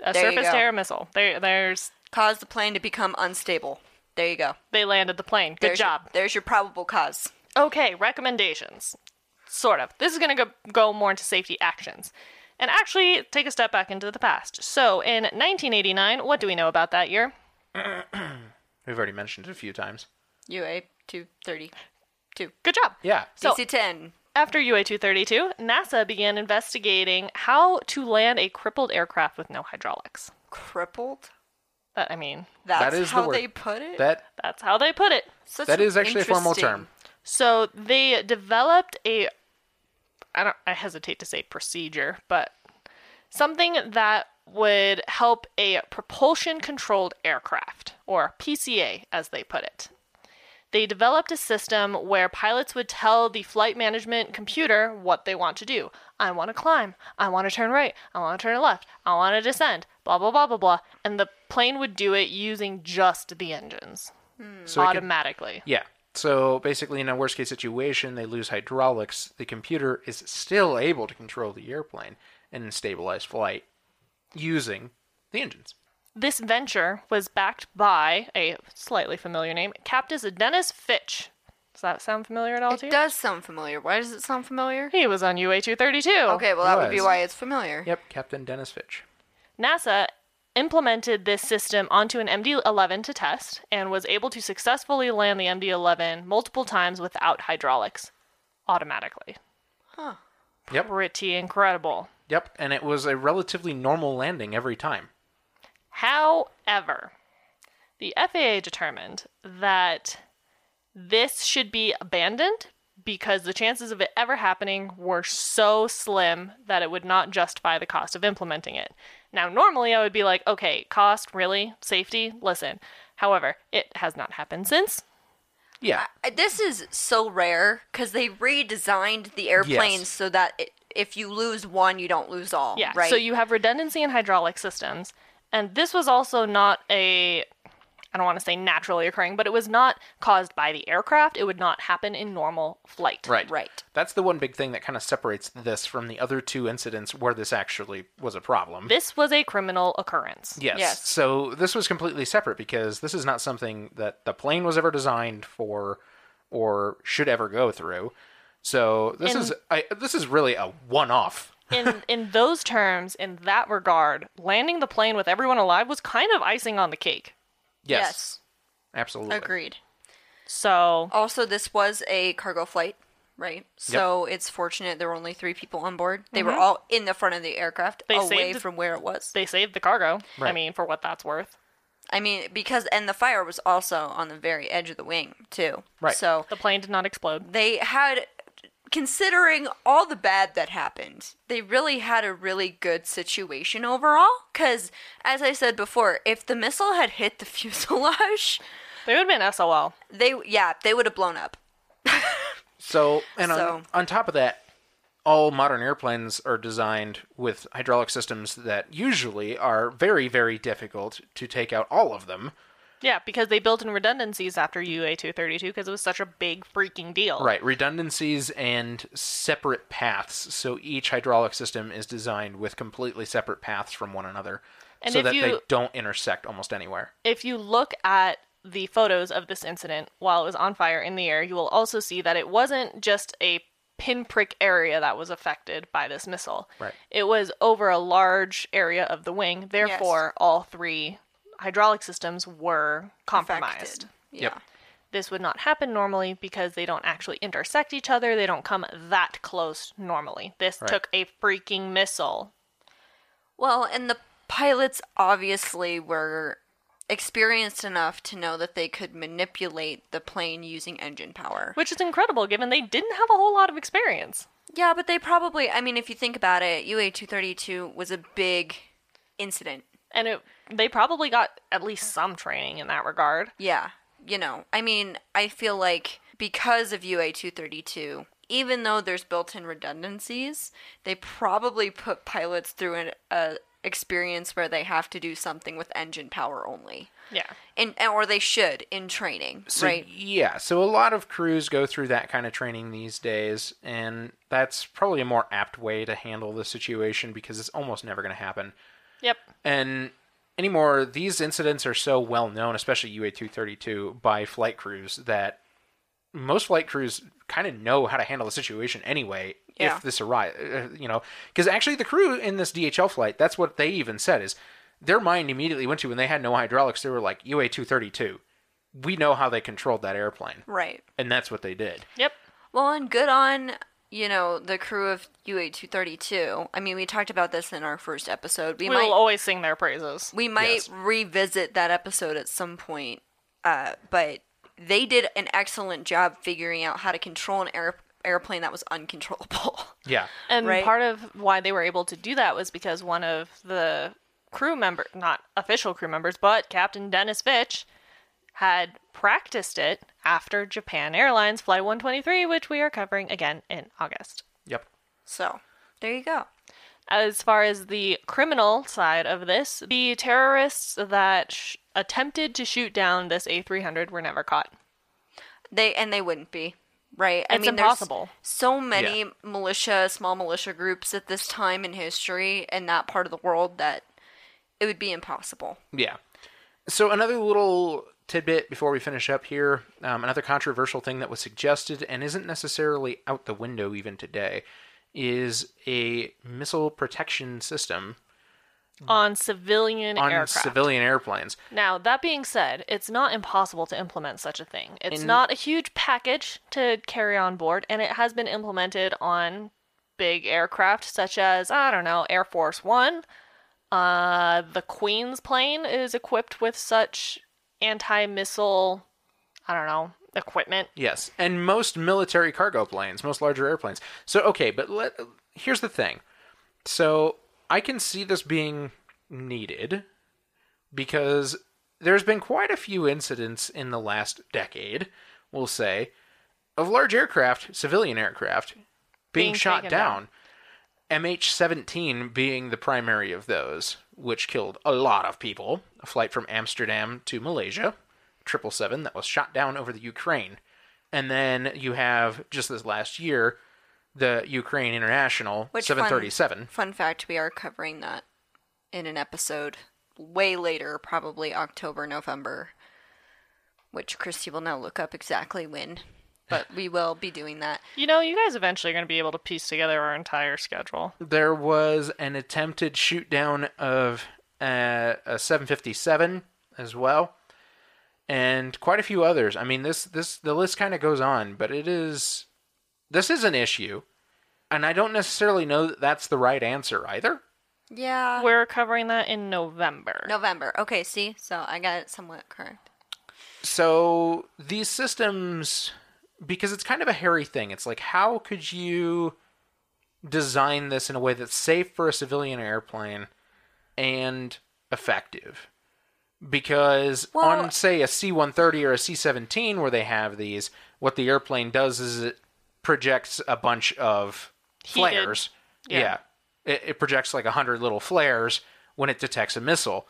a There you surface go. to air missile. There, there's Caused the plane to become unstable. There you go. they landed the plane. Good There's job. Your, there's your probable cause. Okay, recommendations. Sort of. This is going to go, go more into safety actions. And actually, take a step back into the past. So, in 1989, what do we know about that year? we've already mentioned it a few times UA 230. Two. Good job. Yeah. So- DC 10. After UA 232, NASA began investigating how to land a crippled aircraft with no hydraulics. Crippled? That, I mean, That's is the how word. they put it? That that's how they put it. Such that is actually a formal interesting- term. So they developed a I don't I hesitate to say procedure, but something that would help a propulsion controlled aircraft or PCA as they put it. They developed a system where pilots would tell the flight management computer what they want to do. I want to climb. I want to turn right. I want to turn left. I want to descend. Blah blah blah blah blah. And the plane would do it using just the engines So it can, automatically. yeah. So basically, in a worst case situation, they lose hydraulics. The computer is still able to control the airplane and stabilize flight using the engines. This venture was backed by a slightly familiar name, Captain Dennis Fitch. Does that sound familiar at all to It you? does sound familiar. Why does it sound familiar? He was on UA 232. Oh, Okay, well, that would be was. why it's familiar. Yep, Captain Dennis Fitch. NASA implemented this system onto an MD 11 to test and was able to successfully land the MD 11 multiple times without hydraulics automatically. Huh. Yep. Pretty incredible. Yep, and it was a relatively normal landing every time. However, the FAA determined that this should be abandoned because the chances of it ever happening were so slim that it would not justify the cost of implementing it. Now, normally I would be like, okay, cost, really? Safety? Listen. However, it has not happened since. Yeah. Uh, This is so rare because they redesigned the airplanes so that it, if you lose one, you don't lose all. Yeah. Right. So you have redundancy in hydraulic systems. And this was also not a, I don't want to say naturally occurring, but it was not caused by the aircraft. It would not happen in normal flight. Right. Right. That's the one big thing that kind of separates this from the other two incidents where this actually was a problem. This was a criminal occurrence. yes. Yes. So this was completely separate because this is not something that the plane was ever designed for or should ever go through. So this is I, this is really a one-off. In in those terms, in that regard, landing the plane with everyone alive was kind of icing on the cake. Yes. yes. Absolutely. Agreed. So Also, this was a cargo flight, right? So it's fortunate there were only three people on board. They were all in the front of the aircraft, Mm-hmm. They away saved- from where it was. they saved the cargo. I Right. mean, for what that's worth. I mean, because and the fire was also on the very edge of the wing too. Right. So The plane did not explode. they had, considering all the bad that happened, they really had a really good situation overall. Because as I said before, if the missile had hit the fuselage, They would have been SOL. they yeah they would have blown up. So, and So- on, on top of that, all modern airplanes are designed with hydraulic systems that usually are very, very difficult to take out all of them. Yeah, because they built in redundancies after UA two thirty two because it was such a big freaking deal. Right, redundancies and separate paths. So each hydraulic system is designed with completely separate paths from one another And so if that they you- don't intersect almost anywhere. If you look at the photos of this incident while it was on fire in the air, you will also see that it wasn't just a pinprick area that was affected by this missile. Right. It was over a large area of the wing. Therefore, all three hydraulic systems were compromised. Affected. Yeah. This would not happen normally because they don't actually intersect each other. They don't come that close normally. This took a freaking missile. Well, and the pilots obviously were experienced enough to know that they could manipulate the plane using engine power. Which is incredible given they didn't have a whole lot of experience. Yeah, but they probably, I mean, if you think about it, UA 232 was a big incident. and it they probably got at least some training in that regard. Yeah. You know, I mean, I feel like because of UA 232, even though there's built in redundancies, they probably put pilots through an a experience where they have to do something with engine power only. Yeah. In, or they should in training, So, right? Yeah, so a lot of crews go through that kind of training these days, and that's probably a more apt way to handle the situation because it's almost never going to happen. Yep. And anymore, these incidents are so well known, especially UA 232, by flight crews that most flight crews kind of know how to handle the situation anyway Yeah. if this arrives, you know. Because actually, the crew in this DHL flight, that's what they even said is their mind immediately went to when they had no hydraulics, they were like, UA 232. we know how they controlled that airplane, Right. and that's what they did. Yep. Well, and good on, you know, the crew of UA 232. I mean, we talked about this in our first episode. We We might will always sing their praises. we might Yes. revisit that episode at some point. Uh, but they did an excellent job figuring out how to control an air- airplane that was uncontrollable. Yeah, And Right. part of why they were able to do that was because one of the crew member, not official crew members, but Captain Dennis Fitch had practiced it after Japan Airlines Flight 123, which we are covering again in August. yep. so there you go. As far as the criminal side of this, the terrorists that sh- attempted to shoot down this A300 were never caught. They and they wouldn't be right. I It's mean, there's impossible. So many militia, small militia groups at this time in history in that part of the world that it would be impossible. Yeah. So another little tidbit before we finish up here, um, another controversial thing that was suggested and isn't necessarily out the window even today, is a missile protection system On civilian on aircraft. civilian airplanes. Now, that being said, it's not impossible to implement such a thing. It's not a huge package to carry on board, and it has been implemented on big aircraft such as, I don't know, Air Force One. Uh, the Queen's plane is equipped with such anti missile, I don't know, equipment. Yes, and most military cargo planes, most larger airplanes. So okay, but let, here's the thing. So I can see this being needed because there's been quite a few incidents in the last decade, we'll say, of large aircraft, civilian aircraft, being, Being shot taken down. down. MH17 being the primary of those, which killed a lot of people. A flight from Amsterdam to Malaysia, 777, that was shot down over the Ukraine. And then you have, just this last year, the Ukraine International Which fun- 737. Fun fact, we are covering that in an episode way later, probably October, November, which Christy will now look up exactly when, but we will be doing that. You know, you guys eventually are going to be able to piece together our entire schedule. there was an attempted shoot down of uh, a 757 as well and quite a few others i mean this this the list kind of goes on but it is this is an issue and i don't necessarily know that that's the right answer either Yeah. We're covering that in November. November. Okay, see? So I got it somewhat correct. so these systems because it's kind of a hairy thing it's like how could you design this in a way that's safe for a civilian airplane and effective because Well- on say a c-130 or a c-17 where they have these what the airplane does is it projects a bunch of Heated. flares Yeah. yeah, It, it projects like 100 little flares when it detects a missile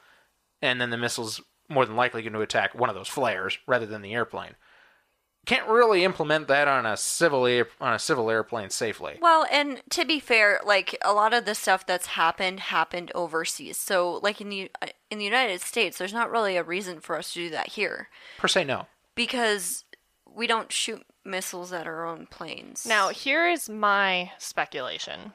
and then the missile's more than likely going to attack one of those flares rather than the airplane. Can't really implement that on a civil air, on a civil airplane safely. Well, and to be fair, like a lot of the stuff that's happened happened overseas. So, like in the uh, in the United States, there's not really a reason for us to do that here Per se, no. because we don't shoot missiles at our own planes. Now, here is my speculation.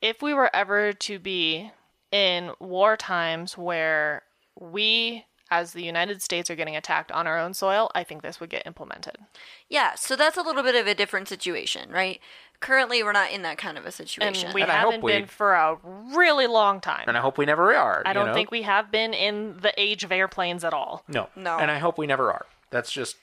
If we were ever to be in war times where we, as the United States, are getting attacked on our own soil, I think this would get implemented. Yeah, so that's a little bit of a different situation, right? Currently, we're not in that kind of a And situation. we And I hope haven't been we- for a really long time. And I hope we never are. I you don't know? think we have been in the age of airplanes at all. No. No. And I hope we never are. That's just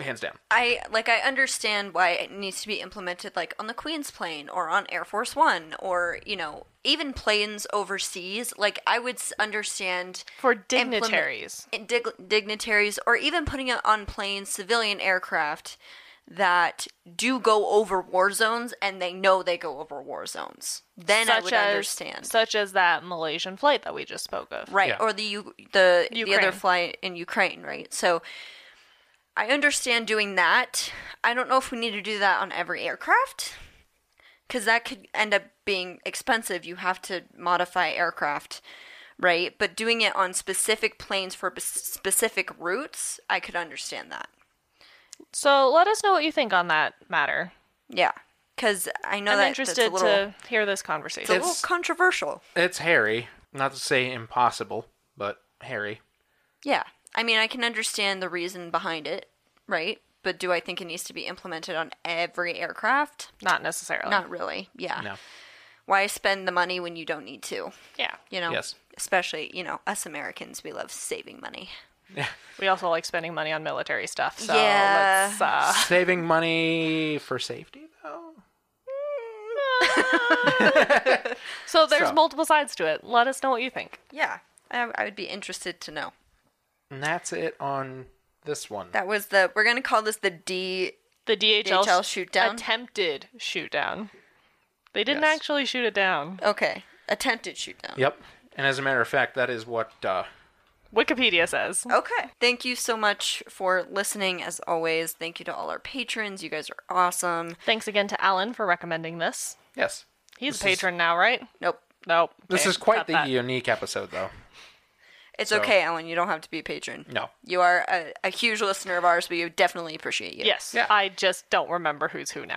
hands down. I like I understand why it needs to be implemented like on the Queen's plane or on Air Force 1 or, you know, even planes overseas. Like I would s- understand For dignitaries. and dig- dignitaries or even putting it on planes, civilian aircraft that do go over war zones and they know they go over war zones. Then I would understand. Such as that Malaysian flight that we just spoke of. right Yeah. or the U- the the Ukraine. other flight in Ukraine, right? So I understand doing that. I don't know if we need to do that on every aircraft cuz that could end up being expensive. You have to modify aircraft, right? But doing it on specific planes for bes- specific routes, I could understand that. So let us know what you think on that matter. Yeah. Cuz I know I'm that interested that's a little, to hear this conversation. it's a little controversial. It's hairy. Not to say impossible, but hairy. Yeah. I mean, I can understand the reason behind it, right? But do I think it needs to be implemented on every aircraft? Not necessarily. Not really. Yeah. No. Why spend the money when you don't need to? Yeah. You know, Yes. especially you know us Americans, we love saving money. We also like spending money on military stuff. So Yeah. let's. Uh, Saving money for safety, though. so there's So. multiple sides to it. Let us know what you think. Yeah, I, I would be interested to know. And that's it on this one. That was the we're gonna call this the D. The DHL, DHL shoot down? attempted shoot down. They didn't Yes. actually shoot it down. Okay, attempted shoot down. yep. And as a matter of fact, that is what uh, Wikipedia says. Okay. Thank you so much for listening. As always, thank you to all our patrons. You guys are awesome. Thanks again to Alan for recommending this. Yes. He's This a is- patron now, right? Nope, Nope. This Okay, is quite cut the that. unique episode, though. it's So- okay, Ellen. You don't have to be a patron. No. You are a, a huge listener of ours, but you definitely appreciate you. Yes. Yeah. I just don't remember who's who now.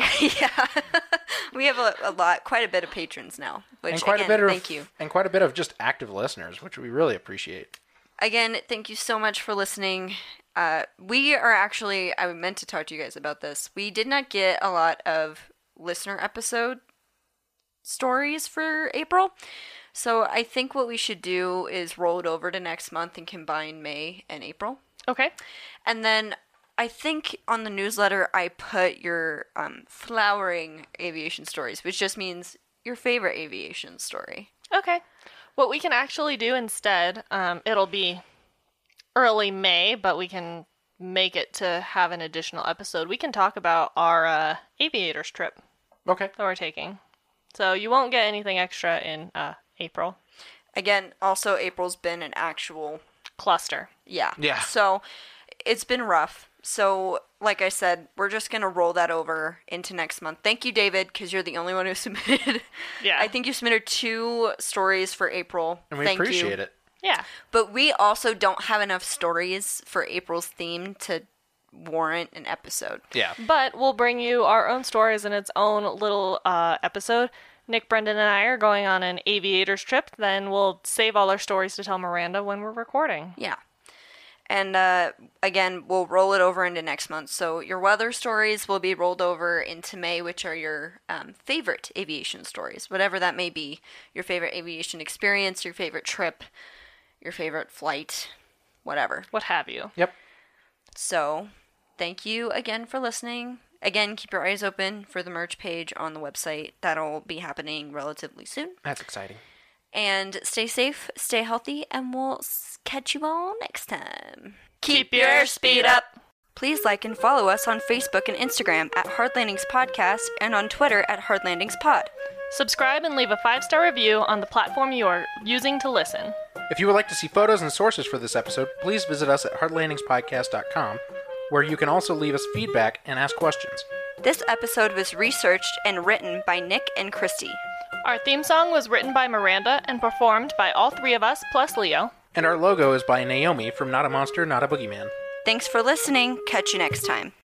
We have a, a lot, quite a bit of patrons now. Which And quite again, a bit of thank you. and quite a bit of just active listeners, which we really appreciate. Again, thank you so much for listening. Uh, we are actually, I meant to talk to you guys about this. We did not get a lot of listener episode stories for April. So I think what we should do is roll it over to next month and combine May and April. okay. And then I think on the newsletter I put your um, flowering aviation stories, which just means your favorite aviation story. Okay. What we can actually do instead, um, it'll be early May, but we can make it to have an additional episode. We can talk about our uh, aviators trip Okay. that we're taking. So you won't get anything extra in uh, April. Again, also April's been an actual Cluster. Yeah. Yeah. So it's been rough. So, like I said, we're just going to roll that over into next month. Thank you, David, because you're the only one who submitted. Yeah. I think you submitted two stories for April. And we Thank appreciate you. it. Yeah. But we also don't have enough stories for April's theme to warrant an episode. Yeah. But we'll bring you our own stories in its own little uh, episode. Nick, Brendan, and I are going on an aviators trip. Then we'll save all our stories to tell Miranda when we're recording. Yeah. And uh, again, we'll roll it over into next month. So your weather stories will be rolled over into May, which are your um, favorite aviation stories, whatever that may be. Your favorite aviation experience, your favorite trip, your favorite flight, whatever. What have you. Yep. So thank you again for listening. Again, keep your eyes open for the merch page on the website. That'll be happening relatively soon. That's exciting. And stay safe, stay healthy, and we'll s- catch you all next time. Keep your speed up. Please like and follow us on Facebook and Instagram at Hardlandings Podcast and on Twitter at Hardlandings Pod. Subscribe and leave a five star review on the platform you are using to listen. If you would like to see photos and sources for this episode, please visit us at heartlandingspodcast.com, where you can also leave us feedback and ask questions. This episode was researched and written by Nick and Christy. Our theme song was written by Miranda and performed by all three of us plus Leo. And our logo is by Naomi from Not a Monster, Not a Boogeyman. Thanks for listening. Catch you next time.